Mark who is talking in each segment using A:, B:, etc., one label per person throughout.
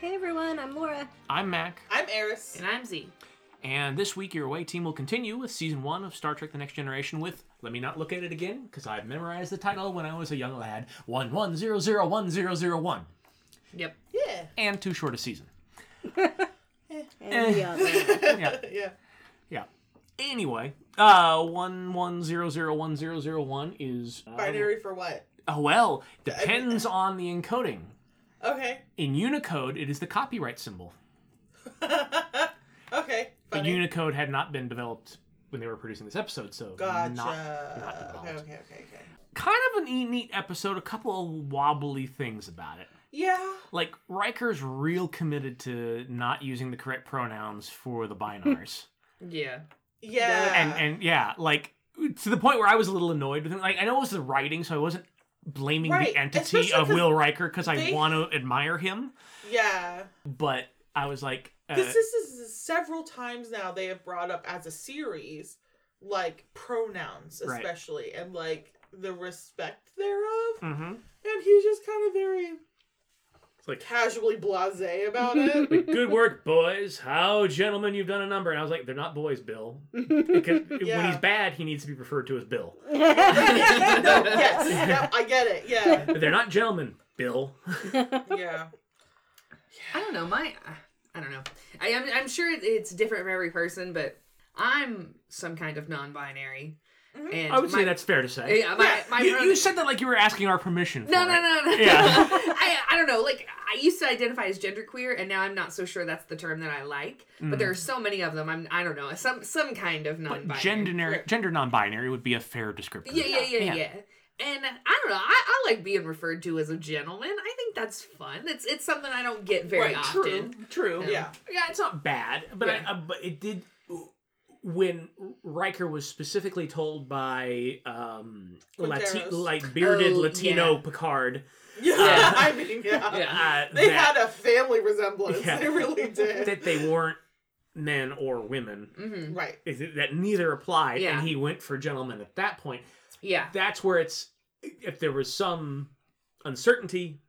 A: Hey everyone, I'm Laura.
B: I'm Mac,
C: I'm Eris.
D: And I'm Z.
B: and this week your away team will continue with season one of Star Trek The Next Generation with Let Me Not Look at It Again, because I've memorized the title when I was a young lad 11001001.
D: Yep.
C: Yeah.
B: And too short a season.
A: And the other.
B: Yeah.
C: Yeah.
B: Yeah. Anyway, uh 11001001 is uh,
C: Binary for what?
B: Oh well, depends
C: uh,
B: on the encoding.
C: Okay.
B: In Unicode, it is the copyright symbol.
C: Okay.
B: But Unicode had not been developed when they were producing this episode, so
C: Gotcha.
B: not, not involved.
C: okay, okay, okay, okay.
B: kind of an e- neat episode. A couple of wobbly things about it.
C: Yeah.
B: Like Riker's real committed to not using the correct pronouns for the binars,
D: Yeah.
C: Yeah.
B: and and yeah, like to the point where I was a little annoyed with him. Like I know it was the writing, so I wasn't blaming
C: Right,
B: the entity
C: especially
B: of
C: 'cause
B: Will Riker because
C: they-
B: I want to admire him,
C: yeah.
B: but I was like, uh,
C: Because this is several times now they have brought up as a series, like pronouns
B: Right.
C: especially, and like the respect thereof.
B: mhm.
C: And he's just kind of very
B: It's like
C: casually blasé about it.
B: Like, good work, boys. How, gentlemen, you've done a number. And I was like, they're not boys, Bill. Because when
C: Yeah.
B: he's bad, he needs to be referred to as Bill.
C: no, yes, no, I get it. Yeah,
B: But they're not gentlemen, Bill.
C: yeah.
D: I don't know. My, uh, I don't know. I, I'm, I'm sure it- it's different for every person, but I'm some kind of non-binary. And
B: I would say
D: my-
B: that's fair to say.
D: Yeah, my, my
B: you,
D: pro-
B: you said that like you were asking our permission. For
D: no,
B: it.
D: no, no, no.
B: Yeah.
D: I, I don't know. Like I used to identify as genderqueer, and now I'm not so sure that's the term that I like.
B: Mm.
D: But there are so many of them. I'm, I don't know. Some, some kind of non-binary.
B: Gender, gender non-binary would be a fair descriptor.
D: Yeah, yeah, yeah,
B: Yeah.
D: yeah. And I don't know. I, I like being referred to as a gentleman. I think that's fun. It's it's something I don't get very often.
B: True. True.
C: Yeah.
B: Yeah, it's not bad, but I-
D: Yeah.
B: uh, but it did when Riker was specifically told by um Lati-
C: Quinteros.
B: like bearded
D: Oh,
B: Latino
D: yeah.
B: Picard.
C: Yeah,
D: Yeah.
C: I mean, yeah.
B: Uh,
D: Yeah.
C: They
B: that,
C: had a family resemblance.
B: Yeah.
C: They really did.
B: that they weren't men or women.
D: hmm
C: right.
B: Is it- that neither applied,
D: Yeah.
B: and he went for gentlemen at that point.
D: Yeah.
B: That's where it's if there was some uncertainty,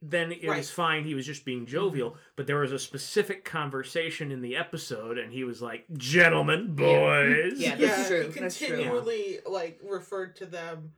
B: then it
C: Right. Mm-hmm.
B: was fine. He was just being jovial, but there was a specific conversation in the episode, and he was like, "Gentlemen, boys."
D: Yeah.
C: Yeah,
D: That's true.
C: he
D: That's true.
C: continually like referred to them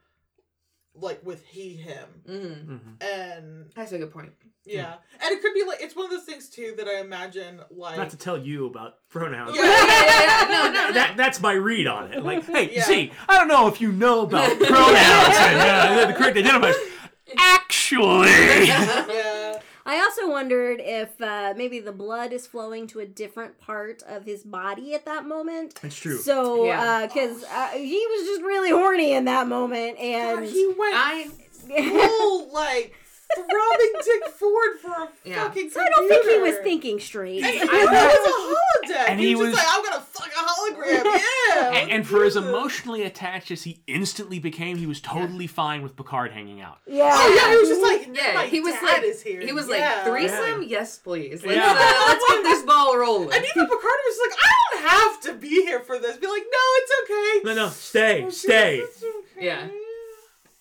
C: like with he him
D: Mm-hmm.
B: Mhm.
C: and
D: That's a good point.
C: yeah. and it could be like it's one of those things too that I imagine like
B: Not to tell you about pronouns.
C: Yeah.
D: Yeah, yeah, yeah. No, no, no.
B: That, that's my read on it. Like, hey,
C: Yeah.
B: see, I don't know if you know about pronouns and uh, the correct identifiers. Actually,
C: yeah
A: I also wondered if uh, maybe the blood is flowing to a different part of his body at that moment.
B: it's true.
A: So,
D: Yeah.
A: because uh, he was just really horny in that moment,
C: God,
A: and
C: he went
D: I
C: full like throbbing Dick Ford for a
D: Yeah.
C: fucking
A: I don't think he was
C: computer.
A: thinking straight.
C: And it was a holodeck.
B: And
C: he,
B: he
C: was
B: was-
C: just like, I'm gonna fuck a hologram. Yeah.
B: and, and for as emotionally attached as he instantly became, he was totally fine with Picard hanging out.
A: Yeah.
C: Oh yeah, he was just like,
D: yeah,
C: my
D: he was
C: dad
D: like
C: is here.
D: he was
C: Yeah.
D: like threesome. Yes, please. Let's,
B: Yeah.
D: uh, let's get this ball rolling.
C: And even Picard was like, I don't have to be here for this. Be like, no, it's okay.
B: No, no, stay, stay.
C: It's okay.
D: Yeah.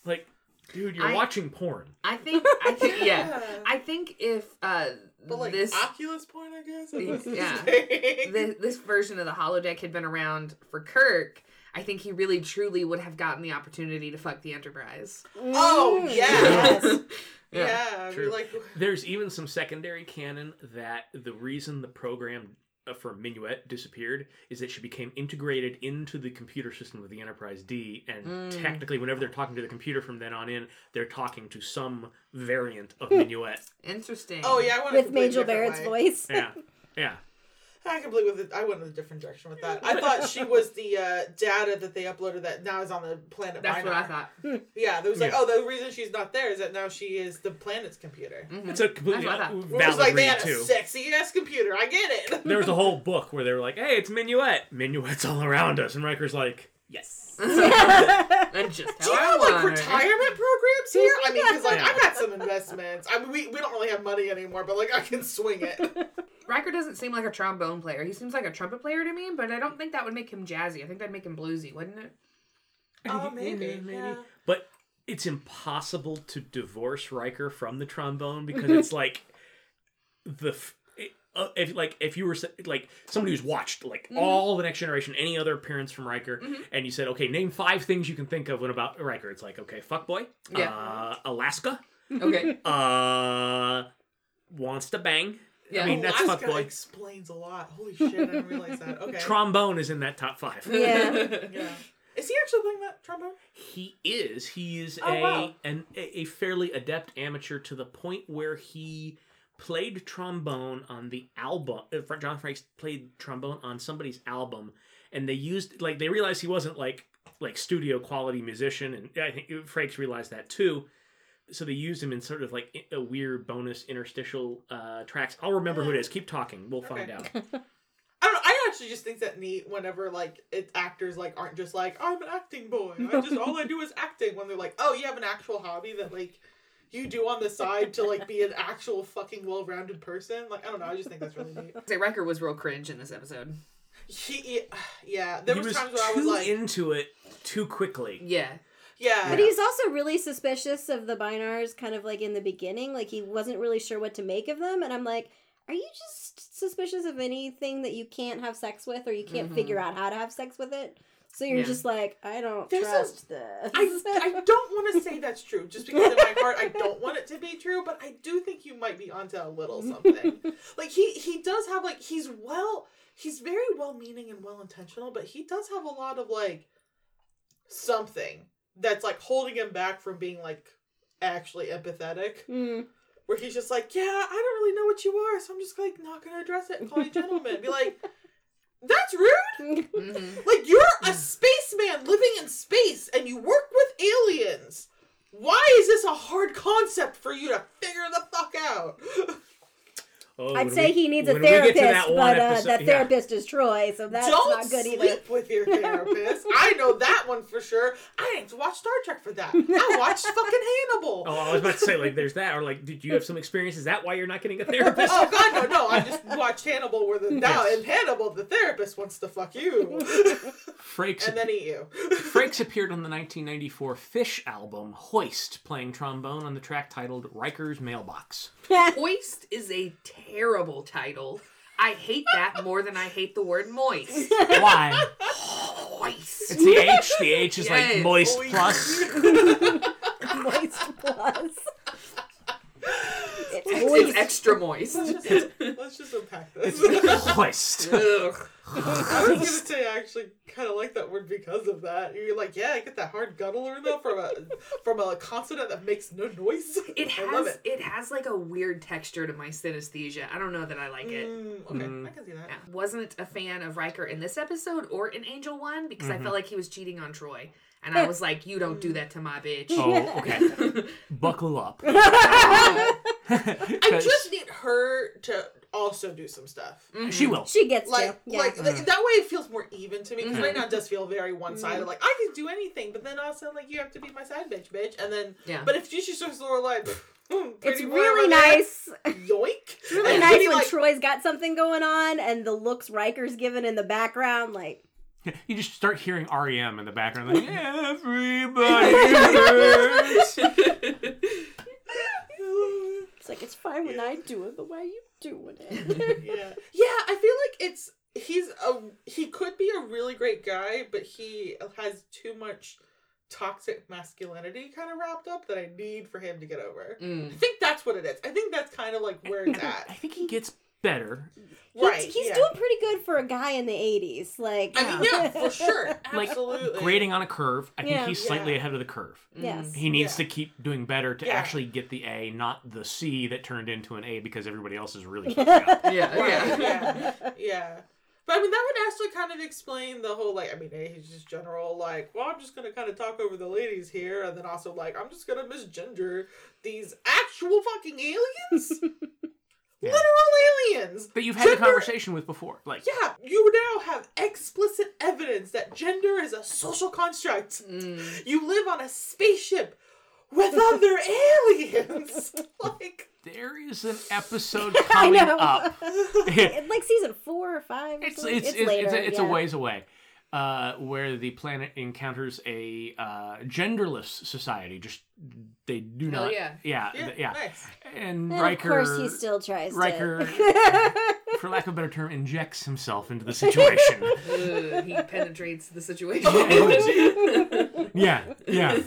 B: Like, dude, you're
D: I-
B: watching porn.
D: I think. I think. Yeah. I think if uh
C: But like
D: this
C: Oculus point, I guess. I guess
D: Yeah.
C: it's-
D: this, this version of the holodeck had been around for Kirk, I think he really truly would have gotten the opportunity to fuck the Enterprise.
C: Oh yeah.
A: Mm-hmm. Yes.
C: Yeah.
D: Yeah.
C: I mean,
B: True.
C: Like,
B: There's even some secondary canon that the reason the program uh, for Minuet disappeared is that she became integrated into the computer system of the Enterprise D, and
D: Mm.
B: technically, whenever they're talking to the computer from then on in, they're talking to some variant of Minuet.
D: Interesting.
C: oh yeah, I want
A: with Major Barrett's voice.
B: Yeah, yeah.
C: I can complete with it. I went in a different direction with that. I thought she was the uh, data that they uploaded that now is on the planet.
D: That's what I
C: Minar.
D: thought.
C: Yeah, there was like,
B: Yeah.
C: oh, the reason she's not there is that now she is the planet's computer.
D: Mhm.
B: It's a completely
D: That's what I
B: valid
C: It was like they
B: read
C: had a
B: too.
C: sexy ass computer. I get it.
B: There was a whole book where they were like, "Hey, it's minuet. Minuet's all around us," and Riker's like,
C: Oh,
B: "Yes."
D: That's just how
C: Do you
D: I
C: have like
D: want it.
C: retirement programs here? I mean, because like
B: Yeah.
C: I've got some investments. I mean, we, we don't really have money anymore, but like I can swing it. Oh,
D: Riker doesn't seem like a trombone player. He seems like a trumpet player to me, but I don't think that would make him jazzy. I think that'd make him bluesy, wouldn't it?
C: Oh, maybe, yeah.
B: But it's impossible to divorce Riker from the trombone because it's like the. F- it- uh, if like if you were s- like somebody who's watched like
C: Mm-hmm.
B: all the Next Generation, any other appearance from Riker, and you said, okay, name five things you can think of when about Riker, it's like, okay, fuckboy,
D: Yeah.
B: uh, Alaska,
D: Okay.
B: uh, wants to bang.
D: Yeah.
B: I mean, that's
C: Alaska
B: fuckboy.
C: explains a lot. Holy shit, I didn't realize that. Okay.
B: Trombone is in that top five.
A: Yeah.
C: yeah. Is he actually playing that trombone?
B: He is. He is
C: Oh,
B: a
C: wow.
B: an a fairly adept amateur to the point where he played trombone on the album. uh, Fra- John Franks played trombone on somebody's album, and they used like they realized he wasn't like like studio quality musician, and I think Frakes realized that too. So they used him in sort of like i- a weird bonus interstitial uh, tracks. I'll remember who it is. Keep talking. We'll find out.
C: I don't know. I actually just think that neat whenever like it, actors like aren't just like "Oh, I'm an acting boy. I just all I do is acting. When they're like, oh, you have an actual hobby that like you do on the side to like be an actual fucking well-rounded person. Like I don't know. I just think that's really neat.
D: Say Riker was real cringe in this episode.
C: He, he- yeah. There
B: he
C: was,
B: was
C: times
B: too
C: where I was like,
B: into it too quickly.
D: Yeah.
C: yeah.
A: But he's also really suspicious of the binars, kind of like in the beginning. Like he wasn't really sure what to make of them, and I'm like, are you just suspicious of anything that you can't have sex with, or you can't
D: Mhm.
A: figure out how to have sex with it? So you're
D: Yeah.
A: just like, I don't
C: There's a-
A: trust this.
C: I, I don't want to say that's true, just because in my heart I don't want it to be true, but I do think you might be onto a little something. like he he does have like he's well he's very well meaning and well intentional, but he does have a lot of like something that's like holding him back from being like actually empathetic.
A: Mm.
C: Where he's just like, Yeah, I don't really know what you are, so I'm just like not gonna address it and call you gentleman. Be like, That's rude!
D: Mhm.
C: Like you're a spaceman living in space and you work with aliens. Why is this a hard concept for you to figure the fuck out?
B: Oh,
A: I'd
B: when
A: say
B: we-
A: he needs a
B: when we get to
A: therapist,
B: that one
A: but uh,
B: episode-
A: that
B: yeah.
A: therapist is Troy, so that's
C: Don't
A: not good
C: sleep
A: either.
C: with your therapist. I know that one for sure. I didn't watch Star Trek for that. I watched fucking Hannibal.
B: Oh, I was about to say, like, there's that, or like, did you have some experience? Is that why you're not getting a therapist?
C: Oh god, no, no! I just watched Hannibal, where the now in Hannibal the therapist wants to fuck you
B: Frakes,
C: and then eat you.
B: Frakes appeared on the 1994 Fish album Hoist, playing trombone on the track titled Riker's Mailbox.
D: Hoist is a terrible title. I hate that more than I hate the word moist.
B: Why?
D: Hoist.
B: It's the H. The H is
D: Yes.
B: like moist
C: Hoist.
B: plus.
A: Moist plus. it's
D: It's
A: moist.
D: extra moist.
C: Let's just, let's just unpack this.
B: Hoist.
D: Ugh.
C: I was gonna say I actually kind of like that word because of that. You're like, yeah, I get that hard guttler though from a from a consonant that makes no noise.
D: It
C: I love
D: has
C: it.
D: it has like a weird texture to my synesthesia. I don't know that I like it.
C: Mm, okay, I can see that.
D: Yeah. Wasn't a fan of Riker in this episode or in Angel One because I
B: Mm-hmm.
D: felt like he was cheating on Troy, and I was like, "You don't
C: Mm.
D: do that to my bitch."
B: Oh, okay. Buckle up.
C: I just need her to also do some stuff.
B: She will.
A: she gets
C: Like,
A: to. Mm, Yeah. Mm-hmm.
C: like th- that way, it feels more even to me. Because right now, it does feel very one sided. Like I can do anything, but then also like you have to be my side bitch, bitch. And then,
D: Yeah.
C: But if she's just sort of like, "Hmm,
A: it's
C: pretty boy
A: really
C: over there,"
A: nice.
C: Yoink! It's
A: really nice when Troy's got something going on and the looks Riker's given in the background, like
B: You just start hearing REM in the background, like everybody hurts.
A: it's like it's fine when I do it the way you doing it.
C: yeah yeah i feel like it's he's a he could be a really great guy but he has too much toxic masculinity kind of wrapped up that i need for him to get over i
D: Mm.
C: think that's what it is i think that's kind of like where it's
B: I
C: at
B: think he gets better.
C: right
A: he's, he's
C: yeah.
A: doing pretty good for a guy in the '80s. Like, uh,
C: i mean yeah for sure
B: Like,
C: absolutely
B: Grading on a curve, I think
A: Yeah.
B: he's slightly
C: Yeah.
B: ahead of the curve.
A: yes,
B: Mm, He needs
C: Yeah.
B: to keep doing better to
C: Yeah.
B: actually get the A, not the C that turned into an A because everybody else is really fucking up.
D: Yeah, yeah.
C: yeah yeah But I mean, that would actually kind of explain the whole like. I mean, eh, he's just general like. Well, I'm just gonna kind of talk over the ladies here, and then also like, I'm just gonna misgender these actual fucking aliens,
B: Yeah.
C: literal aliens.
B: That you've had a
C: Gender-
B: conversation with before. Like,
C: Yeah, you now have explicit evidence that gender is a social construct.
D: Mm.
C: You live on a spaceship with other aliens. like,
B: there is an episode coming
A: know.
B: up. it's
A: It- like season four or five. Or
B: it's
A: something.
B: it's, it's, it's, a, it's a
A: yeah.
B: ways away. Uh, where the planet encounters a uh, genderless society, just they do
D: Hell
B: not,
D: yeah.
B: yeah,
C: yeah,
B: th- Uh, yeah.
C: nice.
B: And,
A: And
B: Riker,
A: of course, he still tries.
B: Riker,
A: To...
B: for lack of a better term, injects himself into the situation.
D: Ugh, he penetrates the situation.
B: yeah, yeah.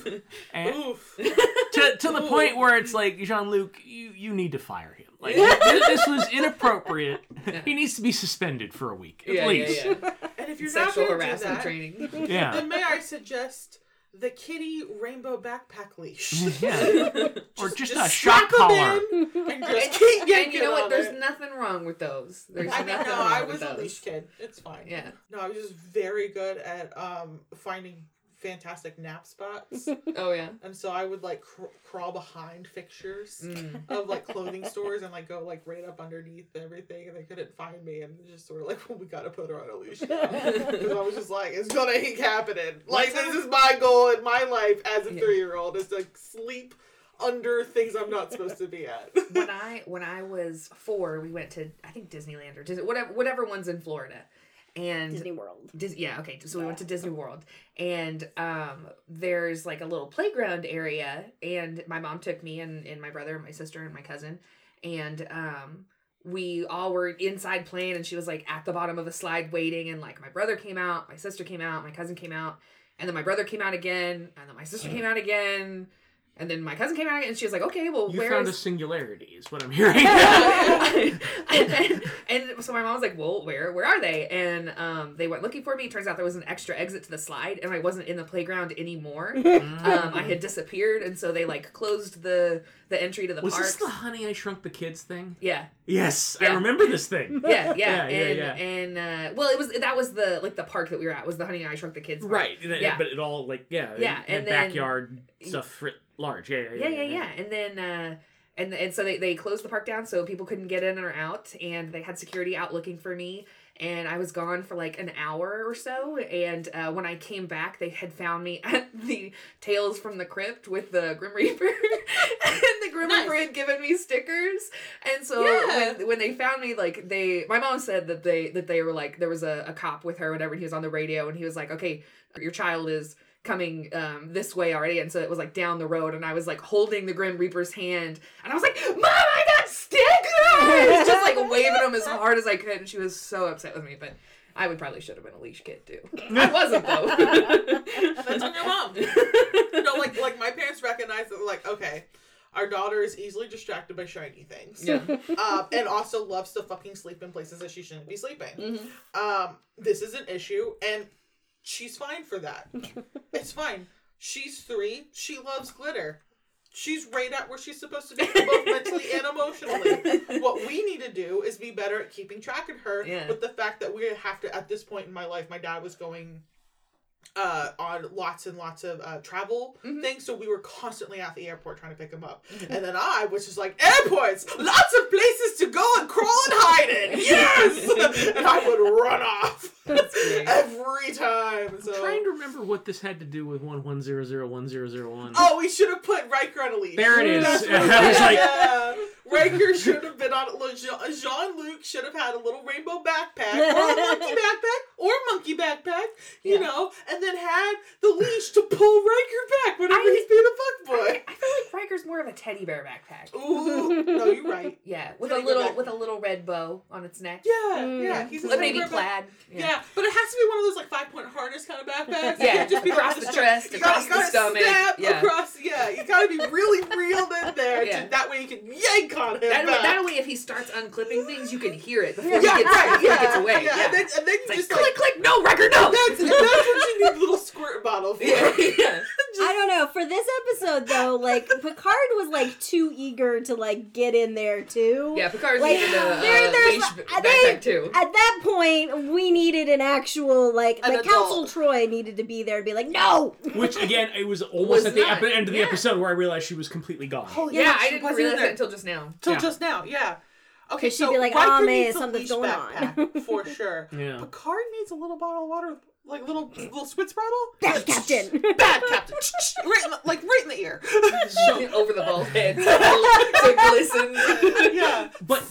B: And
C: Oof.
B: to, to the point where it's like Jean Luc, you, you need to fire him. Like this, this was inappropriate. He needs to be suspended for a week at
D: yeah,
B: least.
D: yeah, yeah.
C: And if you're
D: Sexual
C: not going to do
D: harassment
C: that,
D: training.
B: Yeah,
C: then may I suggest the kitty rainbow backpack leash?
B: Yeah. or just, a shock
C: strap 'em
B: collar.
C: in and just keep
D: And
C: yanking
D: you know what?
C: on
D: There's
C: it.
D: nothing wrong with those. There's
C: I mean,
D: nothing
C: no,
D: wrong
C: I
D: with
C: was a
D: those.
C: leash kid. It's fine.
D: Yeah.
C: No, I was just very good at um finding fantastic nap spots,
D: Oh yeah.
C: and so I would like cr- crawl behind fixtures
D: Mm.
C: of like clothing stores and like go like right up underneath everything, and they couldn't find me, and just sort of like, well, we gotta put her on a leash. Because I was just like, it's gonna keep happening. Like this is my goal in my life as a
D: Yeah.
C: three year old is to sleep under things I'm not supposed to be at.
D: when I when I was four, we went to I think Disneyland or Disney whatever whatever one's in Florida, and
A: Disney World.
D: Dis- yeah, okay. So we went to Disney World, and um, there's like a little playground area, and my mom took me and, and my brother and my sister and my cousin, and um, we all were inside playing, and she was like at the bottom of a slide waiting, and like my brother came out, my sister came out, my cousin came out, and then my brother came out again, and then my sister came out again, and then my cousin came out, again, and she was like, okay, well,
B: You
D: where's
B: found a singularity, is what I'm hearing. Mm.
D: and, and, and so my mom was like, "Well, where where are they?" And um, they went looking for me. It turns out there was an extra exit to the slide, and I wasn't in the playground anymore. um, I had disappeared, and so they like closed the the entry to the
B: was
D: park.
B: this the Honey I Shrunk the Kids thing?
D: yeah,
B: Yes, I
D: Yeah.
B: remember this thing.
D: yeah,
B: Yeah,
D: yeah,
B: yeah,
D: and
B: yeah.
D: and uh, well, it was that was the like the park that we were at was the Honey I Shrunk the Kids. park.
B: Right,
D: Yeah.
B: but it all like yeah,
D: Yeah,
B: it had
D: and then-
B: backyard stuff writ large. Yeah, yeah,
D: Yeah, yeah, yeah. And then uh and and so they, they closed the park down so people couldn't get in or out and they had security out looking for me and I was gone for like an hour or so and uh, when I came back they had found me at the Tales from the Crypt with the Grim Reaper and the Grim
C: Nice.
D: Reaper had given me stickers and so
C: Yeah.
D: when, when they found me like they my mom said that they that they were like there was a, a cop with her whenever he was on the radio and he was like okay your child is coming um, this way already and so it was like down the road and i was like holding the grim reaper's hand and i was like mom i got stickers just like waving them as hard as i could and she was so upset with me but i would probably should have been a leash kid too i wasn't
C: That's on your mom.
D: though
C: no, like like my parents recognize that like okay, our daughter is easily distracted by shiny things,
D: yeah
C: um, and also loves to fucking sleep in places that she shouldn't be sleeping. Um, this is an issue, and she's fine for that. it's fine. She's three. She loves glitter. She's right at where she's supposed to be, both mentally and emotionally. What we need to do is be better at keeping track of her.
D: Yeah.
C: With the fact that we have to, at this point in my life, my dad was going uh, on lots and lots of uh, travel things, so we were constantly at the airport trying to pick him up. And then I was just like, airports, lots of places to go and crawl and hide in. Yes, and I would run off
D: great.
C: every time. So.
B: trying to remember what this had to do with one one zero zero one zero zero one.
C: Oh, we should have put Riker on a leash.
B: There it is.
C: That's what
B: I was like-
C: yeah. Riker should have been on. Jean Luc should have had a little rainbow backpack or a monkey backpack or a monkey backpack, you
D: Yeah.
C: know, and then had the leash to pull Riker back whenever
D: I-
C: he's being a fuckboy.
D: i feel like riker's more of a teddy bear backpack
C: Ooh, no, you're right.
D: yeah with
C: Teddy
D: a
C: bear
D: little
C: backpack.
D: with a little red bow on its neck
C: Yeah,
A: Mm.
C: yeah. He's a
D: Or maybe
C: rainbow back-
D: plaid
C: Yeah. but it has to be one of those like five point harness kind of backpacks. It
D: Yeah,
C: can't just be
D: across
C: like,
D: the chest,
C: you gotta-
D: across
C: you
D: the
C: gotta
D: stomach,
C: snap
D: yeah.
C: across. Yeah, you gotta be really reeled in there. to-
D: Yeah.
C: that way you can yank on him. back.
D: That, way, that way, if he starts unclipping things, you can hear it before he
C: yeah,
D: gets,
C: right,
D: before
C: yeah,
D: he gets away.
C: Yeah,
D: Yeah.
C: And then, and then you
D: It's like,
C: just
D: click,
C: like,
D: click, no, record, no!
C: that's, that's what you need a little squirt bottle for.
D: yeah.
A: I don't know. For this episode, though, Like Picard was like too eager to like get in there too.
D: Yeah, Picard's
A: Like,
D: needed a,
A: there-
D: a
A: there's-
D: leash
A: I
D: backpack too.
A: At that point, we needed an actual like
C: An
A: like
C: adult.
A: Council Troy needed to be there to be like, no,
B: Which again, it was almost
D: Was
B: at the
D: not,
B: ep- end of the
D: yeah.
B: episode where I realized she was completely gone.
C: Holy
D: Yeah,
C: she
D: I didn't
C: wasn't
D: realize
C: there
D: that until just now.
C: till
B: Yeah.
C: just now. Yeah. Okay,
A: she'd
C: so
A: be like,
C: Riker
A: "Aw, man,
C: needs a
A: something's
C: leash
A: going on."
C: backpack, for sure.
B: Yeah.
C: Picard needs a little bottle of water, like little little spitz bottle.
A: bad captain.
C: Bad captain, right in the, like right in the ear.
D: Over the bald head to glisten.
C: yeah,
B: But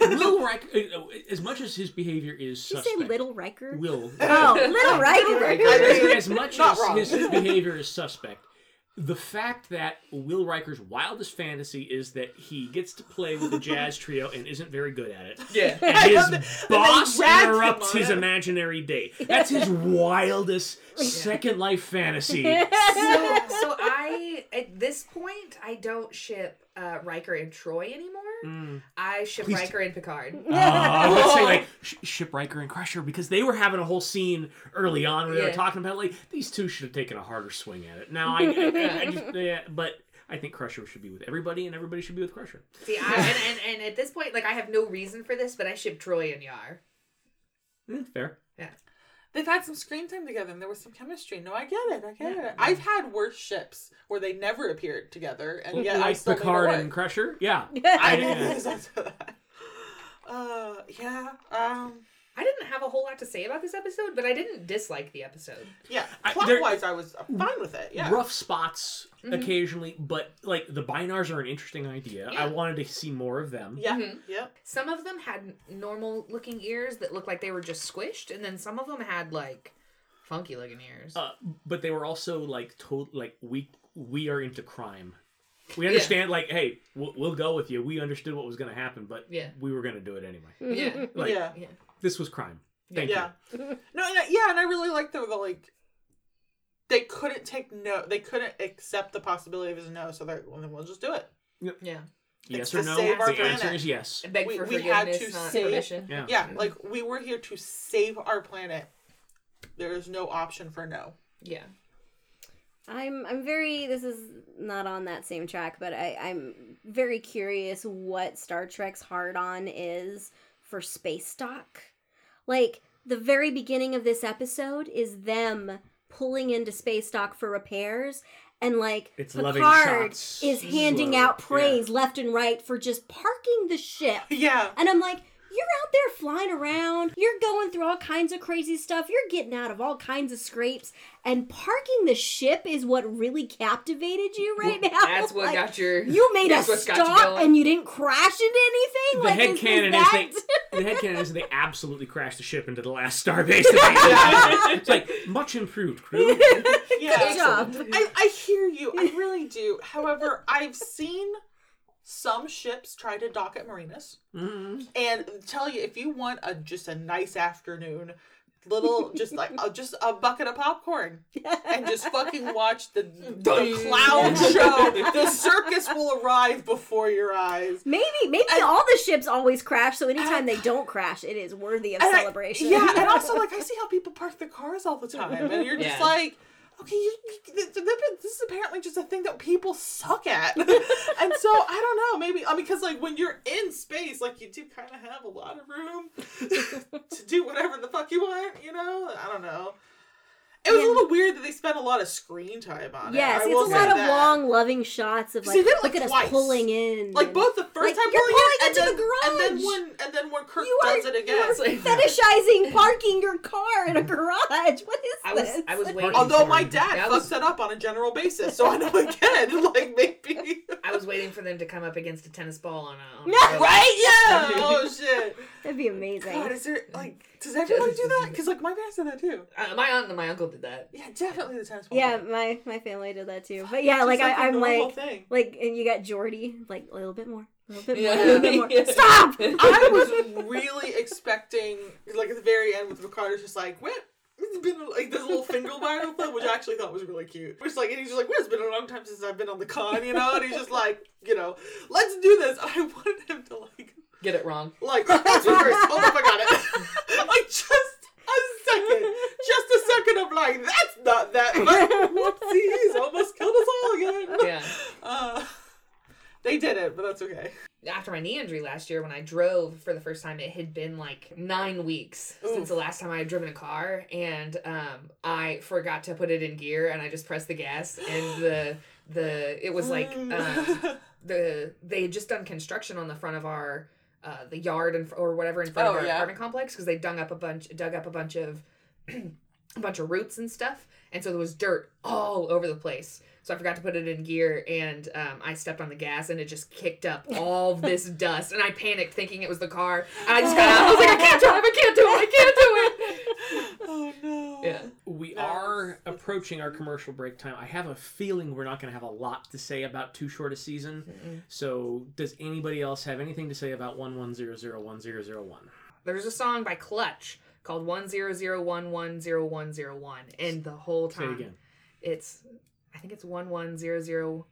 B: Will Riker, uh, as much as his behavior is
A: Did you
B: suspect,
A: say Little Riker?
B: Will
A: Oh, Little Riker.
D: Riker.
B: as, as much
C: Not
B: as
C: wrong.
B: his behavior is suspect, the fact that Will Riker's wildest fantasy is that he gets to play with the jazz trio and isn't very good at it.
D: Yeah.
B: And
C: And then
B: his boss
C: he rags him
B: interrupts
C: on
B: his
C: it.
B: imaginary date. That's his wildest second life fantasy.
D: so, so I at this point I don't ship uh, Riker and Troy anymore.
B: Mm.
D: I ship
B: Please
D: Riker and Picard.
B: Uh, I was gonna say like
C: Oh.
B: Sh- Shipwrecker and Crusher because they were having a whole scene early on where they
D: Yeah.
B: were talking about like these two should have taken a harder swing at it. Now I, I, I just yeah, but I think Crusher should be with everybody and everybody should be with Crusher.
D: See, I, and, and and at this point, like I have no reason for this, but I ship Troy and Yar.
B: Mm, fair.
C: they've had some screen time together, and there was some chemistry. No, I get it. I get it. I've had worse ships where they never appeared together, and yet I
B: like
C: still
B: Picard
C: made it
B: and
C: work.
B: Crusher. Yeah.
C: I
B: I
C: know
B: didn't.
C: exactly that. Uh, yeah. Um,
D: I didn't have a whole lot to say about this episode, but I didn't dislike the episode.
C: yeah.
B: I-
C: Plot
B: there-
C: wise, I was fine with it. Yeah.
B: Rough spots
C: Mm-hmm.
B: occasionally, but like the binars are an interesting idea.
D: Yeah.
B: I wanted to see more of them.
C: Yeah.
D: Mhm.
C: Yep.
D: Some of them had normal looking ears that looked like they were just squished, and then some of them had like funky looking ears.
B: Uh, but they were also like told like we we are into crime. We understand like hey we'll, we'll go with you. We understood what was going to happen, but
D: Yeah.
B: we were going to do it anyway.
D: yeah,
B: Like
C: yeah.
D: yeah.
B: this was crime. Thank
C: Yeah. No, and I, yeah, and I really liked the, the like they couldn't take no, they couldn't accept the possibility of his no, so they're well, then we'll just do it.
D: yeah.
B: you. Yes
C: It's to
B: or no?
C: save
D: our
B: The answer
C: planet.
B: is yes.
D: Beg
C: We-
D: for
C: we had
D: forgiveness,
C: to
D: not
C: say-
D: permission.
B: Yeah.
C: Yeah, like we were here to save our planet. There is no option for no.
D: Yeah.
A: I'm I'm very this is not on that same track, but I, I'm very curious what Star Trek's hard on is for space stock. Like the very beginning of this episode is them pulling into space stock for repairs and like
B: It's loving
A: Picard
B: shots.
A: is handing
B: Slow,
A: out
B: yeah.
A: praise left and right for just parking the ship.
C: Yeah.
A: And I'm like, you're out there flying around, you're going through all kinds of crazy stuff, you're getting out of all kinds of scrapes, and parking the ship is what really captivated you right now.
D: That's what
A: Like,
D: got your
A: You made a
D: that's what got you
A: stop
D: going.
A: and you didn't crash into anything.
B: The
A: like,
B: head
A: is,
B: cannon is
A: is
B: they
A: that-
B: the head cannon is they absolutely crashed the ship into the last starbase. That they it's like much improved crew.
C: Yeah.
A: Good job.
C: I, I hear you. I really do. However, I've seen some ships try to dock at marinas
B: Mhm.
C: and tell you if you want a just a nice afternoon, little just like uh, just a bucket of popcorn and just fucking watch the, the clown show. The circus will arrive before your eyes.
A: Maybe maybe all the ships always crash, so anytime they don't crash, it is worthy of
C: And I-
A: celebration.
C: yeah, and also like I see how people park their cars all the time, and you're just
D: Yeah.
C: like. Okay, you, you- th- th- this is apparently just a thing that people suck at, and so I don't know. Maybe I mean, because like when you're in space, like you do kind of have a lot of room to do whatever the fuck you want, you know. I don't know. It was
A: Yeah.
C: a little weird that they spent a lot of screen time on
A: Yes,
C: it. I will
A: it's a
C: say
A: lot of
C: that.
A: long, loving shots of
C: See,
A: like,
C: they did it,
A: look
C: like,
A: at us
C: twice.
A: pulling in.
C: like
A: and-
C: both the first
A: Like,
C: time
A: you're pulling
C: and
A: into
C: then,
A: the
C: and then
A: garage.
C: when and then when Kirk
A: You are-
C: does it again,
D: It's like-
A: fetishizing parking your car in a garage. What is
D: I was
A: this?
D: I was waiting.
C: Although
B: Sorry.
C: my dad
D: That
C: fucks
D: was-
C: it up on a general basis, so I know again, like maybe.
D: I was waiting for them to come up against a tennis ball on a. On
A: No,
D: a
C: right? Yeah. oh shit.
A: That'd be amazing.
C: God, is there like does everybody do that? Because like my parents did that too.
D: Uh, my aunt and my uncle did that.
C: Yeah, definitely the tennis ball.
A: yeah,
C: thing.
A: my my family did that too. But yeah,
C: It's
A: like,
C: just, a
A: I, I'm
C: normal
A: like
C: thing.
A: like and you got Jordy like a little bit more, a little bit more,
D: Yeah.
A: a little bit more.
D: Yeah.
A: Stop!
C: I was really expecting like at the very end with Ricardo just like what. It's been a- like this little finger viral thing, which I actually thought was really cute. It's like, and he's just like, "Well, it's been a long time since I've been on the con," you know. And he's just like, you know, let's do this. I wanted him to like
D: Get it wrong.
C: Like, that's reverse. Hold up, I got it. like, just a second. Just a second of like, that's not that. Like, whoopsies, almost killed us all again.
D: Yeah.
C: Uh, that's okay.
D: after my knee injury last year when I drove for the first time, it had been like nine weeks
C: Oof.
D: since the last time I had driven a car, and um, I forgot to put it in gear, and I just pressed the gas, and the the it was like
C: Mm.
D: um, the they had just done construction on the front of our uh, the yard and or whatever in front
C: Oh,
D: of our
C: yeah.
D: apartment complex because they dug up a bunch dug up a bunch of a bunch of roots and stuff and so there was dirt all over the place so I forgot to put it in gear and um, I stepped on the gas and it just kicked up all of this dust and I panicked thinking it was the car and I just got out I was like I can't drive I can't do it I can't do it
C: oh no.
D: yeah
B: We
C: No,
B: are
C: it's-
B: approaching our commercial break time. I have a feeling we're not going to have a lot to say about Too Short a Season. So, does anybody else have anything to say about 11001001?
D: there's a song by Clutch called 1001100101 and the whole
B: Say it
D: time
B: again.
D: it's I think it's one one zero zero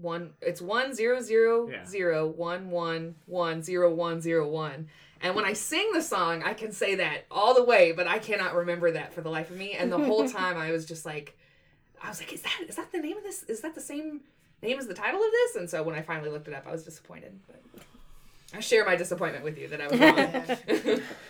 D: one it's one zero zero zero one one one zero one zero one. And when I sing the song, I can say that all the way, but I cannot remember that for the life of me. And the whole time I was just like I was like, is that is that the name of this? Is that the same name as the title of this? And so when I finally looked it up, I was disappointed. But I share my disappointment with you that I was wrong.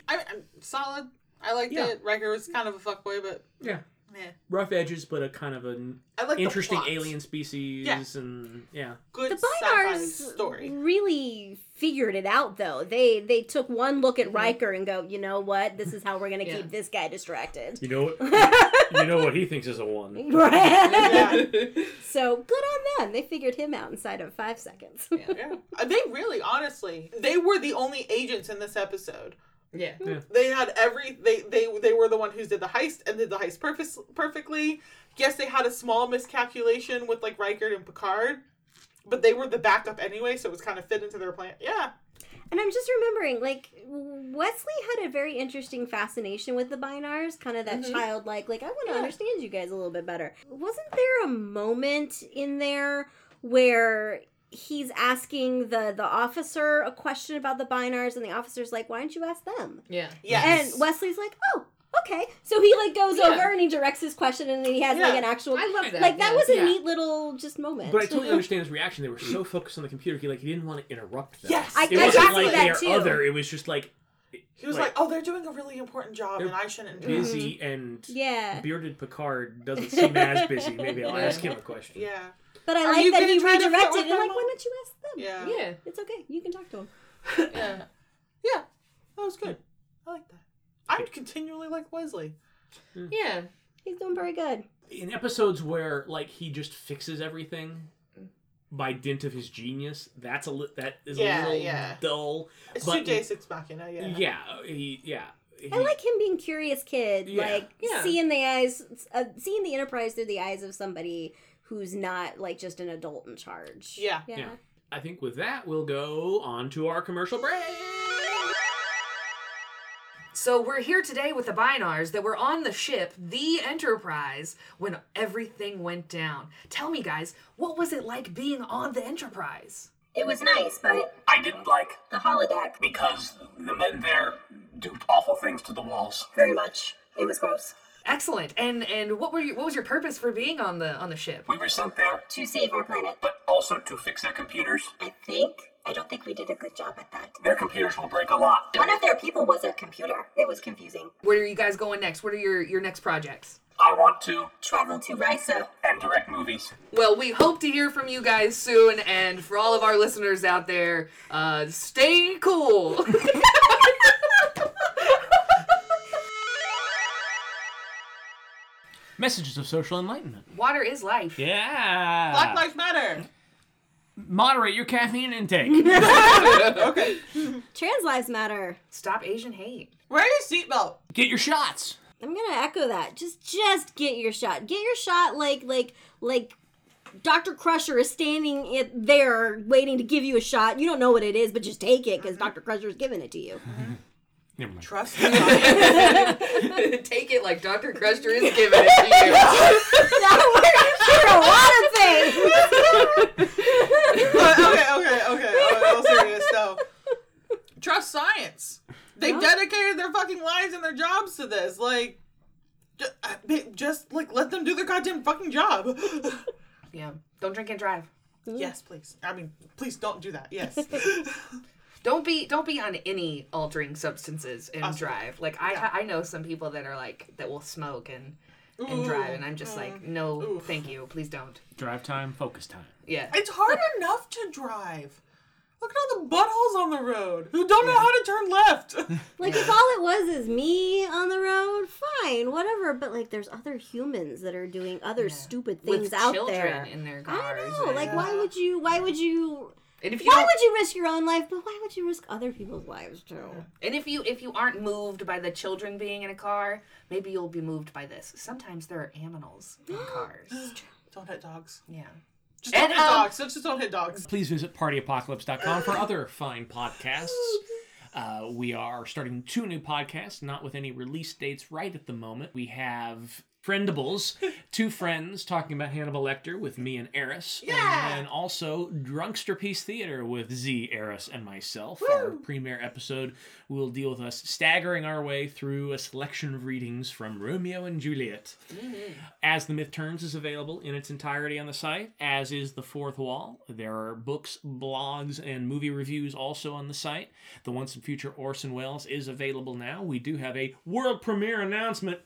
C: I mean, I'm solid. I liked
B: Yeah.
C: it. Riker was kind of a fuckboy, but
B: Yeah.
C: meh.
B: Rough edges, but a kind of an
C: I like
B: interesting
C: the plot.
B: alien species.
C: Yeah.
B: And yeah.
C: Good
A: The
C: sci-fi
A: Bynars
C: story.
A: really figured it out, though. They they took one look at Riker and go, you know what? This is how we're gonna
D: Yeah.
A: keep this guy distracted.
B: You know what? you know what he thinks is a one.
A: Right?
C: Yeah.
A: so good on them. They figured him out inside of five seconds.
C: yeah. Uh, They really, honestly, they were the only agents in this episode.
D: yeah.
C: They had every they they they were the one who did the heist and did the heist purpose perfectly. Yes, they had a small miscalculation with like Riker and Picard, but they were the backup anyway, so it was kind of fit into their plan. Yeah,
A: And I'm just remembering, like Wesley had a very interesting fascination with the binars, kind of that
D: Mhm.
A: childlike, like I want to
C: Yeah.
A: understand you guys a little bit better. Wasn't there a moment in there where he's asking the the officer a question about the binars, and the officer's like, "Why don't you ask them?"
D: Yeah.
C: yes.
A: And Wesley's like, "Oh, okay." So he like goes
D: Yeah.
A: over and he directs his question, and then he has like
C: Yeah.
A: an actual
D: I love that.
A: like that
D: yeah.
A: was a
D: Yeah.
A: neat little just moment.
B: But I totally understand his reaction. They were so focused on the computer, he like he didn't want to interrupt them.
C: yes,
A: I-
B: It
A: I
B: wasn't
A: got
B: like
A: that
B: they are
A: too.
B: other. It was just like
C: he was
B: like-
C: like, mm-hmm." "Oh, they're doing a really important job,
B: They're
C: and I shouldn't." do it."
B: busy and
A: yeah,
B: bearded Picard doesn't seem as busy. Maybe I'll ask him a question.
C: Yeah,
A: but I
C: Are you
A: like that he
C: gonna try to flirt
A: redirected
C: with
A: and
C: them
A: like,
C: all?"
A: "Why don't you ask them?"
C: yeah,
D: Yeah.
A: It's okay. You can talk to him.
C: yeah, yeah. That was good. I like that. I would continually like Wesley.
D: Yeah.
A: He's doing very good.
B: In episodes where like he just fixes everything by dint of his genius, that's a li- that is a
C: Yeah,
B: little
C: yeah.
B: dull.
C: It's
B: But-
C: two day six machina. Yeah,
B: Yeah, he, yeah. He-
A: I like him being curious kid,
B: Yeah.
A: like
D: Yeah.
A: seeing the eyes, uh, seeing the Enterprise through the eyes of somebody who's not like just an adult in charge.
C: Yeah.
A: yeah.
B: Yeah. I think with that we'll go on to our commercial break.
D: So we're here today with the Binars that were on the ship, the Enterprise, when everything went down. Tell me, guys, what was it like being on the Enterprise?
E: It was nice, but
F: I didn't like
E: the holodeck,
F: because the men there do awful things to the walls.
E: very much. It was gross.
D: Excellent. And and what were you, what was your purpose for being on the on the ship?
F: We were sent there,
E: To save our planet,
F: but also to fix their computers.
E: I think. I don't think we did a good job at that.
F: Their computers will break a lot.
E: One of their people was a computer. It was confusing.
D: Where are you guys going next? What are your your next projects?
F: I want to
E: Travel to Risa.
F: and direct movies.
D: Well, we hope to hear from you guys soon, and for all of our listeners out there, uh, stay cool.
B: Messages of social enlightenment.
D: Water is life.
B: Yeah.
C: Black Lives Matter.
B: Moderate your caffeine intake.
C: okay.
A: Trans lives matter.
D: Stop Asian hate.
C: Wear your seatbelt.
B: Get your shots.
A: I'm gonna echo that. Just, just get your shot. Get your shot. Like, like, like. Dr. Crusher is standing it there waiting to give you a shot. You don't know what it is, but just take it because Dr. Crusher is giving it to you.
B: Never mind.
C: Trust me.
D: Take it like Dr. Crusher is giving it to you.
A: that worked for a lot of things.
C: But, okay, okay, okay. All, all serious though. Trust science. They dedicated their fucking lives and their jobs to this. Like, uh, just, just like let them do their goddamn fucking job.
D: Yeah. Don't drink and drive.
C: Yes, please. I mean, please don't do that. Yes.
D: Don't be don't be on any altering substances and
C: Awesome.
D: drive. Like I I know some people that are like that will smoke and
C: Ooh.
D: and drive, and I'm just like, no,
C: Oof.
D: thank you, please don't.
B: Drive time, focus time.
D: Yeah,
C: It's hard enough to drive. Look at all the buttholes on the road who don't know how to turn left.
A: Like if all it was is me on the road, fine, whatever. But like, there's other humans that are doing other stupid things
D: with
A: out
D: children
A: there.
D: in their
A: I
D: cars.
A: know.
D: and-
A: Like, why would you? Why would you?
D: and if you
A: Why
D: don't-
A: would you risk your own life? But why would you risk other people's lives too?
D: And if you if you aren't moved by the children being in a car, maybe you'll be moved by this. Sometimes there are animals in cars.
C: don't hit dogs.
D: Yeah.
C: Just don't
D: And,
C: hit
D: um,
C: dogs. Just just don't hit dogs.
B: Please visit partyapocalypse.com for other fine podcasts. Uh, we are starting two new podcasts, not with any release dates right at the moment. We have Friendables, two friends talking about Hannibal Lecter with me and Eris.
C: Yeah.
B: And then also Drunkster Piece Theater with Z, Eris, and myself. Our premiere episode will deal with us staggering our way through a selection of readings from Romeo and Juliet. As the Myth Turns is available in its entirety on the site, as is The Fourth Wall. There are books, blogs, and movie reviews also on the site. The Once and Future Orson Welles is available now. We do have a world premiere announcement.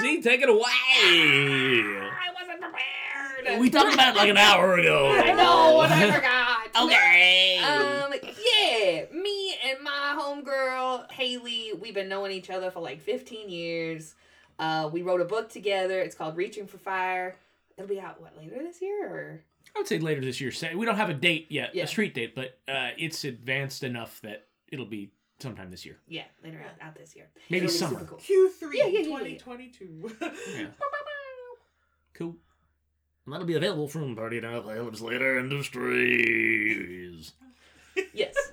B: Z, take it away!
D: I wasn't prepared.
B: We talked about it like an hour ago.
D: I know, and I forgot.
B: Okay.
D: Um, yeah, me and my homegirl, Haley, we've been knowing each other for like 15 years. Uh, we wrote a book together. It's called Reaching for Fire. It'll be out, what, later this year? Or
B: I would say later this year. Say- We don't have a date yet,
D: Yeah.
B: a street date, but uh, it's advanced enough that it'll be sometime this year.
D: Yeah, later out, out this year.
B: Maybe
D: It'll be
B: summer.
D: super cool.
C: Q3
D: Yeah, yeah, yeah, yeah.
C: 2022.
B: Yeah. Cool. And that'll be available from Party Now Labs later industries.
D: Yes.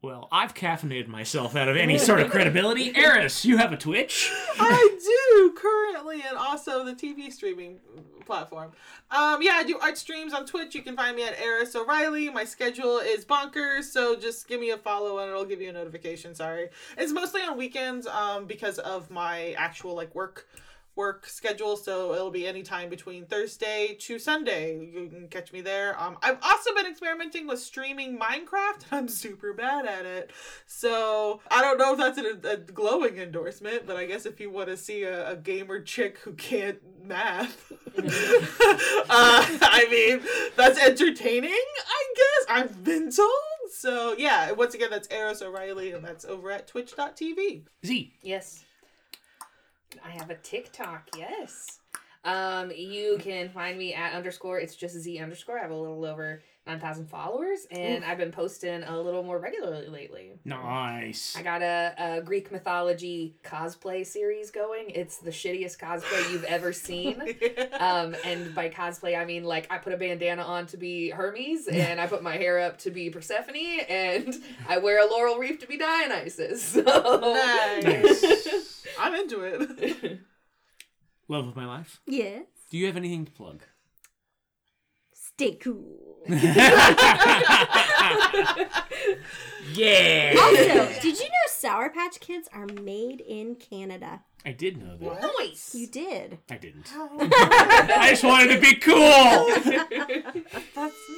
B: Well, I've caffeinated myself out of any sort of credibility. Eris, you have a Twitch.
C: I do currently, and also the TV streaming platform. Um, yeah, I do art streams on Twitch. You can find me at Eris O'Reilly. My schedule is bonkers, so just give me a follow and it'll give you a notification. Sorry, it's mostly on weekends um, because of my actual like work work schedule so it'll be any time between thursday to sunday you can catch me there um i've also been experimenting with streaming minecraft i'm super bad at it so i don't know if that's an, a glowing endorsement but i guess if you want to see a, a gamer chick who can't math uh, i mean that's entertaining i guess i've been told so yeah once again that's eros o'reilly and that's over at twitch.tv
B: Z.
D: yes. I have a TikTok, yes. Um, you can find me at underscore, it's just Z underscore. I have a little over 9,000 followers, and I've been posting a little more regularly lately.
B: Nice.
D: I got a, a Greek mythology cosplay series going. It's the shittiest cosplay you've ever seen. Um, and by cosplay, I mean like I put a bandana on to be Hermes, and I put my hair up to be Persephone, and I wear a laurel wreath to be Dionysus. So
B: Nice.
C: i'm into it
B: Love of my life.
A: Yes.
B: Do you have anything to plug?
A: Stay cool.
B: yeah.
A: also, did you know Sour Patch Kids are made in Canada?
B: I did know that.
D: Nice.
A: You did.
B: I didn't. I just wanted to be cool.
C: that's me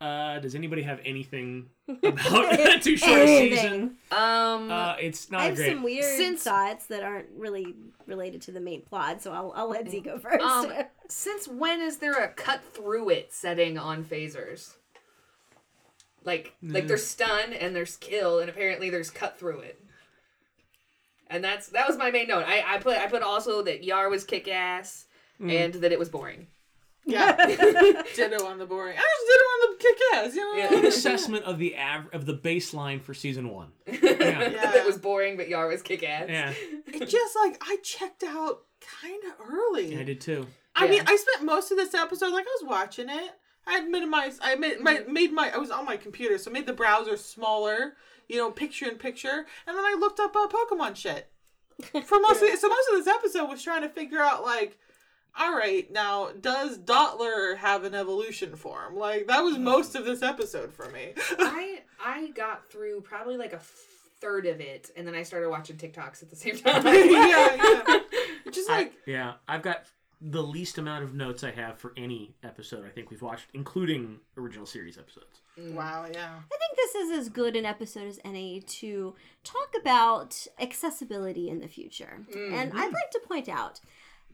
B: Uh, does anybody have anything about that too short a season?
D: Um,
B: Uh, it's not
A: I have
B: great.
A: some weird
D: Since-
A: thoughts that aren't really related to the main plot, so I'll, I'll let Z go first.
D: um, since when is there a cut through it setting on phasers? Like, like there's stun and there's kill, and apparently there's cut through it. And that's that was my main note. I, I put I put also that Yar was kick ass and that it was boring.
C: Yeah. ditto on the boring. I was ditto on the kick ass, you know?
D: Yeah.
B: assessment of the av- of the baseline for season one. Yeah.
C: Yeah.
D: it was boring, but Yar was kick ass.
B: yeah,
C: It just like I checked out kind of early.
B: I
C: I,
B: did too.
C: mean,
D: Yeah.
C: I spent most of this episode like I was watching it. I had minimized. I made my
D: Mm-hmm.
C: made my. I was on my computer, so I made the browser smaller. You know, picture in picture, and then I looked up uh, Pokemon shit. For most of, so most of this episode was trying to figure out like. All right, now does Dottler have an evolution form? Like that was most of this episode for me.
D: I I got through probably like a third of it, and then I started watching TikToks at the same time.
C: yeah, yeah. Just like
B: yeah, I've got the least amount of notes I have for any episode I think we've watched, including original series episodes.
D: mm.
C: wow, yeah.
A: I think this is as good an episode as any to talk about accessibility in the future. And I'd like to point out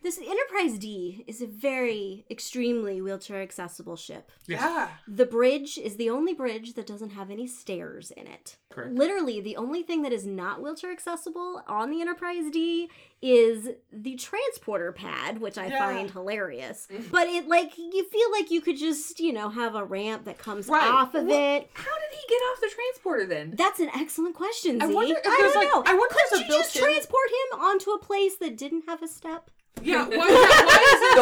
A: this Enterprise D is a very extremely wheelchair accessible ship.
C: Yeah.
A: The bridge is the only bridge that doesn't have any stairs in it.
B: Correct.
A: Literally, the only thing that is not wheelchair accessible on the Enterprise D is the transporter pad, which I
C: Yeah.
A: find hilarious. But it, like, you feel like you could just, you know, have a ramp that comes
C: Right.
A: off of
D: Well-
A: it.
D: How did he get off the transporter then?
A: That's an excellent question.
C: I
A: Z.
C: wonder if
A: I
C: there's,
A: don't
C: like-
A: know.
C: I wonder
A: Couldn't
C: if there's a
A: you just
C: built-in-
A: transport him onto a place that didn't have a step?
D: Yeah, why, why is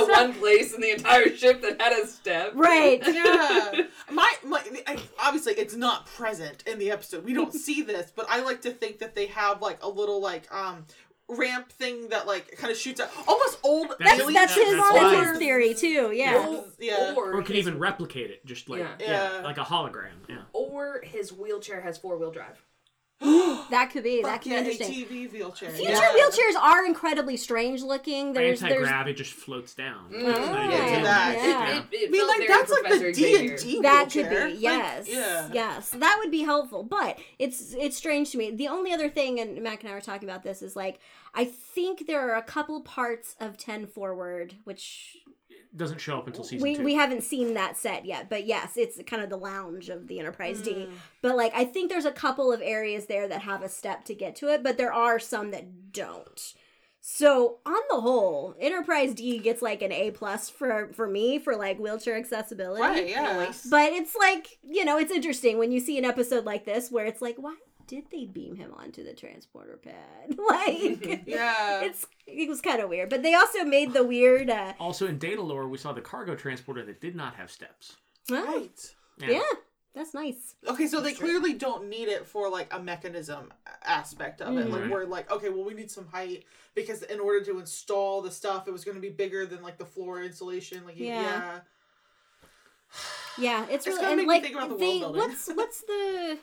D: it the one place in the entire ship that had a step?
A: Right.
C: yeah. My, my I, obviously it's not present in the episode. We don't see this, but I like to think that they have like a little like um ramp thing that like kind of shoots out almost old
B: That's-
A: That's,
B: Really?
C: alien-
A: that's his
B: That's
A: that's
B: why.
A: his theory too. Yeah.
C: Well- Yeah.
D: Or,
B: Or can
D: his,
B: even replicate it, just like
D: Yeah.
B: yeah,
C: Yeah.
B: like a hologram. Yeah.
D: or his wheelchair has four wheel drive.
A: That could be. That
C: Fuck
A: could be
C: yeah,
A: interesting.
C: ATV wheelchair.
A: Future
C: yeah.
A: wheelchairs are incredibly strange looking. There's
B: Anti
A: there's
B: grav, it just floats down.
C: Mm, yeah,
B: yeah.
C: that.
A: Yeah.
D: It, it,
C: I mean, like that's like the D and D
A: that could be yes
C: yeah.
A: yes that would be helpful but it's it's strange to me the only other thing and mac and i were talking about this is like i think there are a couple parts of 10 forward which
B: Doesn't show up until season
A: we,
B: two.
A: we haven't seen that set yet but yes it's kind of the lounge of the enterprise
C: Mm.
A: d but like i think there's a couple of areas there that have a step to get to it but there are some that don't so on the whole enterprise d gets like an a plus for for me for like wheelchair accessibility
C: Right, yeah.
A: but it's like, you know, it's interesting when you see an episode like this where it's like, why did they beam him onto the transporter pad? like,
C: Yeah.
A: it's it was kind of weird. But they also made the weird, uh,
B: also, in data lore, we saw the cargo transporter that did not have steps.
A: oh,
C: Right.
A: yeah, that's nice.
C: Okay, so they clearly don't need it for like a mechanism a- aspect of it. Like
B: Mhm.
C: we're like, okay, well we need some height because in order to install the stuff, it was going to be bigger than like the floor insulation. Like yeah,
A: Yeah.
C: yeah.
A: Yeah, it's
C: It's
A: really
C: gonna
A: and
C: make me
A: like
C: think about the
A: they,
C: world building.
A: what's what's the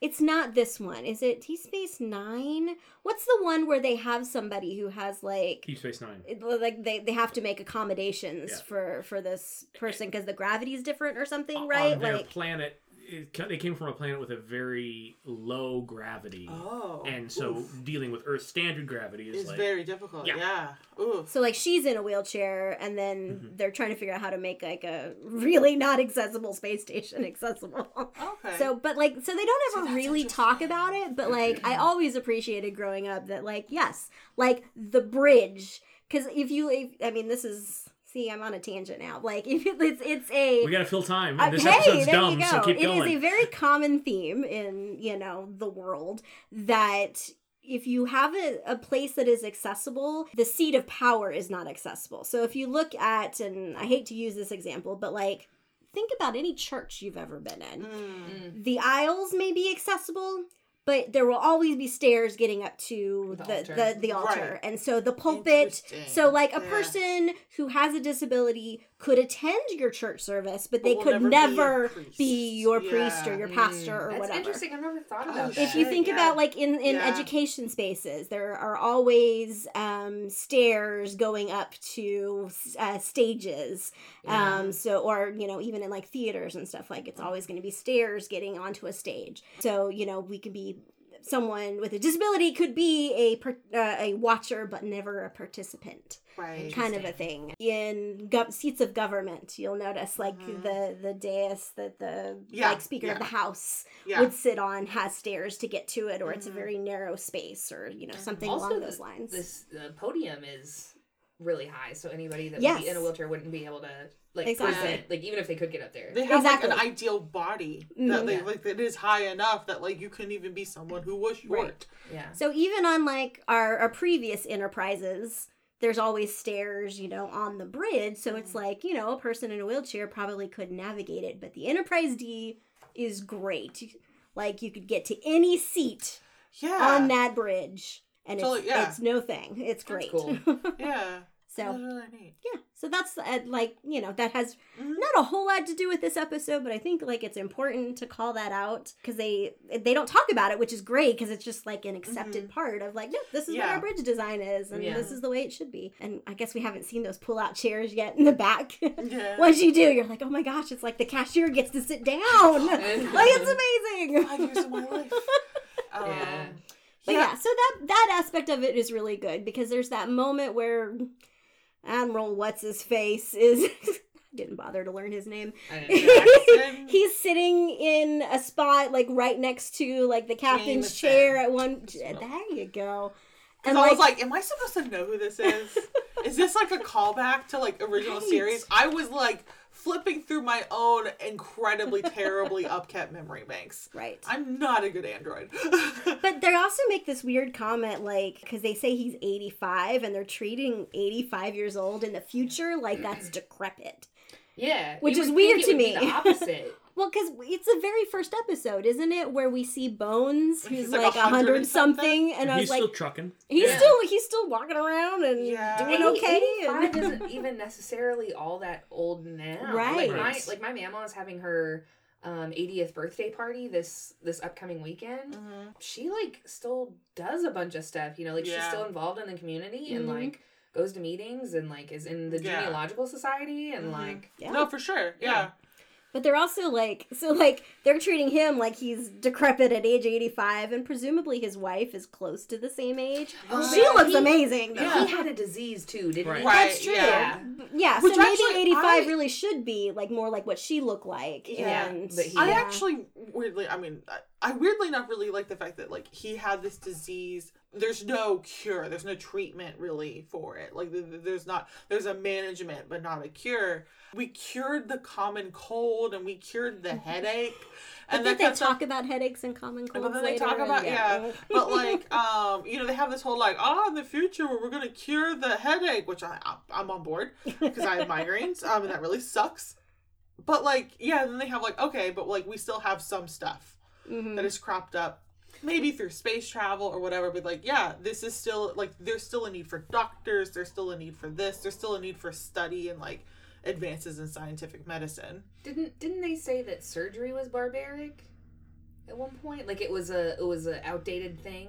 A: it's not this one. Is it T Space Nine? What's the one where they have somebody who has like
B: Deep Space Nine.
A: it- like they, they have to make accommodations
B: Yeah.
A: for for this person because the gravity is different or something,
B: on
A: right?
B: their
A: Like
B: planet, it, ca- they came from a planet with a very low gravity,
C: Oh,
B: and so
C: Oof.
B: dealing with Earth standard gravity is
C: it's
B: like
C: very difficult. Yeah.
B: Yeah.
C: Ooh.
A: So like she's in a wheelchair, and then
B: Mm-hmm.
A: they're trying to figure out how to make like a really not accessible space station accessible.
C: Okay.
A: So, but like, so they don't
C: See,
A: ever
C: that's
A: really talk
C: interesting.
A: about it. But like, I always appreciated growing up that like, yes, like the bridge, because if you, if, I mean, this is see, I'm on a tangent now. Like, if it, it's it's a
B: we gotta fill time.
A: uh,
B: and this
A: hey,
B: episode's
A: there
B: dumb,
A: you go.
B: so keep
A: It is
B: going.
A: a very common theme in you know the world that if you have a, a place that is accessible, the seat of power is not accessible. So if you look at, and I hate to use this example, but like think about any church you've ever been in.
C: Mm.
A: The aisles may be accessible. But there will always be stairs getting up to
D: The
A: the
D: altar.
A: the, the altar,
C: Right.
A: and so the pulpit so,
C: Interesting.
A: like a
C: Yeah.
A: person who has a disability could attend your church service, but they
C: will
A: could
C: never
A: never
C: be a priest.
A: be your priest
C: Yeah.
A: or your pastor or
D: Mm. That's
A: whatever.
D: interesting. I've never thought
C: Oh,
D: about that.
C: shit.
A: If you think
C: Yeah.
A: about like in in
C: Yeah.
A: education spaces, there are always um, stairs going up to uh, stages. Um, so or you know even in like theaters and stuff like it's always going to be stairs getting onto a stage. So you know we could be someone with a disability could be a per, uh, a watcher but never a participant
C: Right.
A: kind of a thing in gov- seats of government you'll notice like
C: Mhm.
A: the the dais that the
C: Yeah,
A: like speaker
C: yeah.
A: of the house
C: Yeah.
A: would sit on has stairs to get to it or it's a
C: Mhm.
A: very narrow space or you know something
D: Also,
A: along
D: the-
A: those lines
D: This uh, podium is really high, so anybody that would
A: Yes.
D: be in a wheelchair wouldn't be able to like
A: Exactly.
D: present, like even if they could get up there.
C: they have like an
A: Exactly.
C: ideal body that
A: Mhm.
C: they, like that is high enough that like you couldn't even be someone who was short.
A: Right.
D: yeah.
A: so even on like our, our previous enterprises there's always stairs you know on the bridge so it's like you know a person in a wheelchair probably could navigate it but the enterprise d is great like you could get to any seat
C: Yeah.
A: on that bridge. And
C: So,
A: it's,
C: yeah.
A: it's no thing. It's great.
D: cool.
C: yeah.
A: So
C: really neat.
A: yeah, so that's uh, like you know that has
C: Mhm.
A: not a whole lot to do with this episode, but I think like it's important to call that out because they they don't talk about it, which is great because it's just like an accepted part of like no, this is what
C: Mm-hmm. Yeah.
A: our bridge design is, and
D: Yeah.
A: this is the way it should be. And I guess we haven't seen those pull out chairs yet in the back.
C: Yeah.
A: Once you do, you're like, oh my gosh, it's like the cashier gets to sit down. like it's amazing.
C: Five years of my life. Um,
D: Yeah.
A: But yeah. so that that aspect of it is really good because there's that moment where Admiral what's his face is didn't bother to learn his name.
D: I don't know.
C: Jackson.
A: He's sitting in a spot like right next to like the captain's
C: Jameson.
A: chair at one. There you go.
C: 'Cause I was like, am I supposed to know who this is? is this like a callback to like original
A: Right.
C: series? I was like flipping through my own incredibly terribly upkept memory banks.
A: right.
C: I'm not a good android.
A: But they also make this weird comment, like, because they say he's 85 and they're treating 85 years old in the future like that's decrepit.
D: Yeah,
A: Which
D: you
A: is
D: would
A: weird
D: think
A: to
D: it would be
A: me.
D: the opposite.
A: Well, because it's the very first episode, isn't it, where we see Bones,
C: He's
A: who's
C: like
A: like a
C: 100
A: hundred
C: and something.
A: something, and I was
B: He's still
A: like,
B: trucking.
A: he's
D: Yeah.
A: still he's still walking around and
C: Yeah.
A: doing okay. and-
D: 85 isn't even necessarily all that old now.
A: Right.
D: Like my, like my mama is having her um 80th birthday party this this upcoming weekend.
A: Mm-hmm.
D: She like still does a bunch of stuff, you know, like she's
C: Yeah.
D: still involved in the community and
A: Mhm.
D: like goes to meetings and like is in the
C: Yeah.
D: genealogical society and
C: Mhm.
D: like
A: Mm-hmm. Yeah.
C: No, for sure. Yeah.
A: But they're also like, so like they're treating him like he's decrepit at age 85, and presumably his wife is close to the same age.
D: Oh,
A: she
D: yeah.
A: looks
D: He-
A: amazing. Though.
C: Yeah.
D: he had a disease too, didn't
B: Right.
D: he?
C: Right.
A: That's true.
C: yeah.
A: B- Yeah,
C: Which
A: so maybe
C: actually,
A: 85
C: I-
A: really should be like more like what she looked like.
C: Yeah,
A: and,
D: but he-
C: I
D: Yeah.
C: actually weirdly, I mean, I, I weirdly enough really like the fact that like he had this disease. There's no cure. There's no treatment really for it. Like th- th- there's not there's a management, but not a cure. We cured the common cold and we cured the headache.
A: But
C: And
A: then
C: that
A: they
C: kind of
A: talk
C: stuff.
A: about headaches and common colds.
C: But then they
A: later
C: talk
A: and-
C: about yeah. But like um, you know, they have this whole like ah in the future where we're gonna cure the headache, which I I'm- I'm on board because I have migraines. Um, and that really sucks. But like yeah, then they have like okay, but like we still have some stuff
A: Mhm.
C: that is cropped up maybe through space travel or whatever but like yeah this is still like there's still a need for doctors there's still a need for this there's still a need for study and like advances in scientific medicine
D: Didn't didn't they say that surgery was barbaric at one point? Like it was a it was an outdated thing.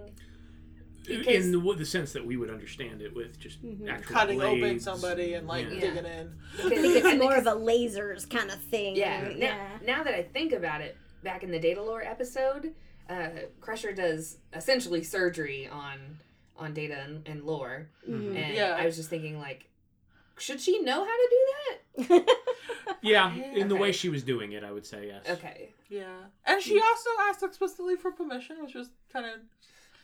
D: Because-
B: in the, w- the sense that we would understand it with just
A: Mm-hmm.
B: actual
C: cutting open
B: blades.
C: somebody and like
B: Yeah.
C: digging in
A: I
D: Because-
A: think it's
D: and
A: more
D: because-
A: of a lasers kind of thing.
D: yeah. Now,
A: yeah.
D: now that I think about it, back in the Data Lore episode, uh, Crusher does essentially surgery on on Data and, and Lore,
B: Mhm.
D: and
C: Yeah.
D: I was just thinking like, should she know how to do
B: Yeah, in the
D: Okay.
B: way she was doing it, I would say yes.
D: that? Okay.
C: yeah and she
A: Hmm.
C: also asked explicitly for permission which was kind of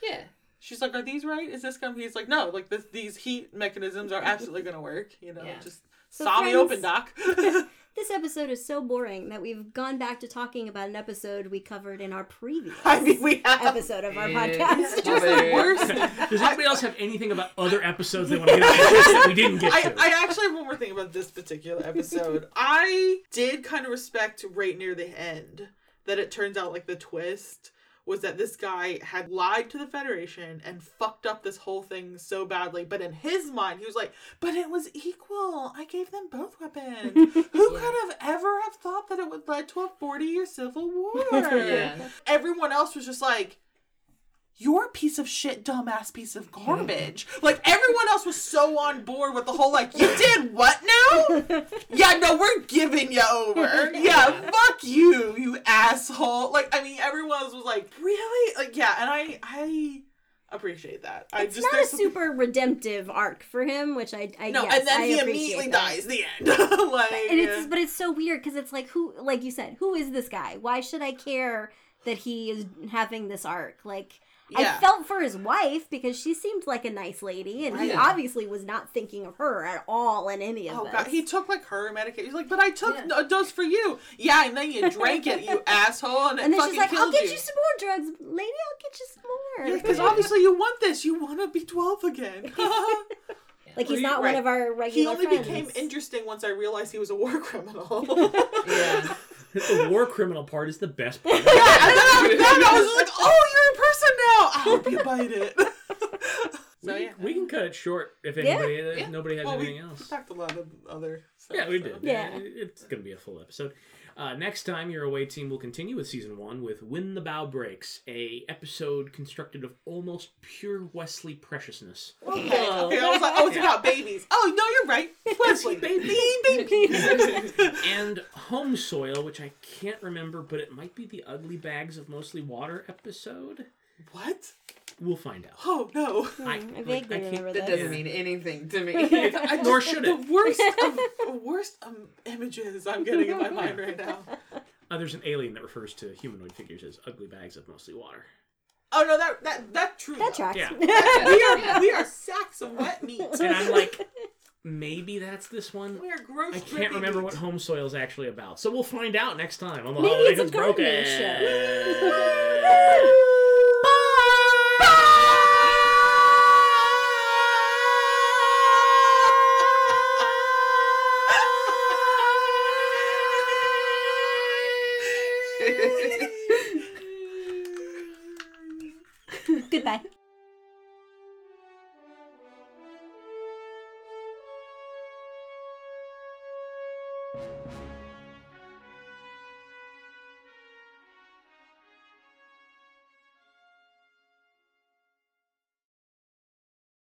D: Yeah.
C: she's like are these right is this gonna be he's like no like this these heat mechanisms are absolutely gonna work you know
D: Yeah.
C: just
A: So
C: saw me
A: friends-
C: open doc
A: This episode is so boring that we've gone back to talking about an episode we covered in our previous
C: i mean we have
A: episode of our
D: Yeah.
A: podcast.
C: It was the worst
B: Does anybody else have anything about other episodes they want to get into that we didn't get
C: I,
B: to?
C: I actually have one more thing about this particular episode. I did kind of respect right near the end that it turns out like the twist was that this guy had lied to the Federation and fucked up this whole thing so badly. But in his mind, he was like, but it was equal. I gave them both weapons. Who could have ever have thought that it would lead to a 40 year civil war?
D: Yeah.
C: Everyone else was just like, you're a piece of shit, dumbass piece of garbage. Like everyone else was so on board with the whole like, you did what now? yeah, no, we're giving you over. Yeah, fuck you, you asshole. Like I mean, everyone else was like, really? Like yeah, and I I appreciate that. I
A: It's
C: just
A: not a
C: there's some-
A: super redemptive arc for him, which I, I
C: no,
A: yes,
C: and then
A: I
C: he
A: appreciate
C: immediately
A: that.
C: dies. The end. like
A: And it's but it's so weird because it's like who, like you said, who is this guy? Why should I care that he is having this arc? Like
C: yeah.
A: I felt for his wife because she seemed like a nice lady, and he
D: Right.
A: obviously was not thinking of her at all in any of
C: Oh
A: this.
C: god, he took like her medication. He's like, but I took
D: Yeah.
C: a dose for you. Yeah, and then you drank it, you asshole, and, it
A: and then
C: fucking
A: she's like, "I'll
C: killed
A: get you. some more drugs, lady. I'll get you some more."
C: Yeah, because obviously you want this. You want to be 12 again.
A: like he's
C: Right.
A: not one of our
C: he
A: regular
C: only
A: friends.
C: became interesting once I realized he was a war criminal.
D: Yeah.
B: the war criminal part is the best part.
C: Yeah, and then I, then I was just like, oh, you're a person now. I hope you bite it. So,
B: we,
C: yeah.
B: we can cut it short if
A: Yeah.
B: anybody if
D: Yeah.
B: nobody has
C: Well, we
B: anything else.
C: talked a lot of other stuff.
B: Yeah, we
C: so.
B: did.
A: Yeah.
B: It- It's going to be a full episode. Uh, next time, your away team will continue with season one with "When the Bow Breaks," a episode constructed of almost pure Wesley preciousness.
C: Okay, okay, I was like, oh, it's about babies. Oh, no, you're right. Wesley, baby, baby.
B: and home soil, which I can't remember, but it might be the ugly bags of mostly water episode.
C: what?
B: We'll find out.
C: Oh no.
B: I,
A: I
B: like,
A: vaguely
B: I can't-
A: remember
D: That
A: that.
D: doesn't
B: Yeah.
D: mean anything to me.
C: I just-
B: Nor should
C: the
B: it.
C: worst of worst um, images I'm getting in my mind right now.
B: Uh, there's an alien that refers to humanoid figures as ugly bags of mostly water.
C: Oh no, that that that true.
A: That
C: though.
A: tracks.
B: Yeah.
C: We are we are sacks of wet meat.
B: And I'm like, maybe that's this one.
C: We are gross.
B: I can't
C: drippy
B: remember
C: meat.
B: what home soil is actually about. So we'll find out next time on the
A: Maybe
B: Holiday
A: it's a
B: Hits
A: gardening
B: Broken.
A: Goodbye.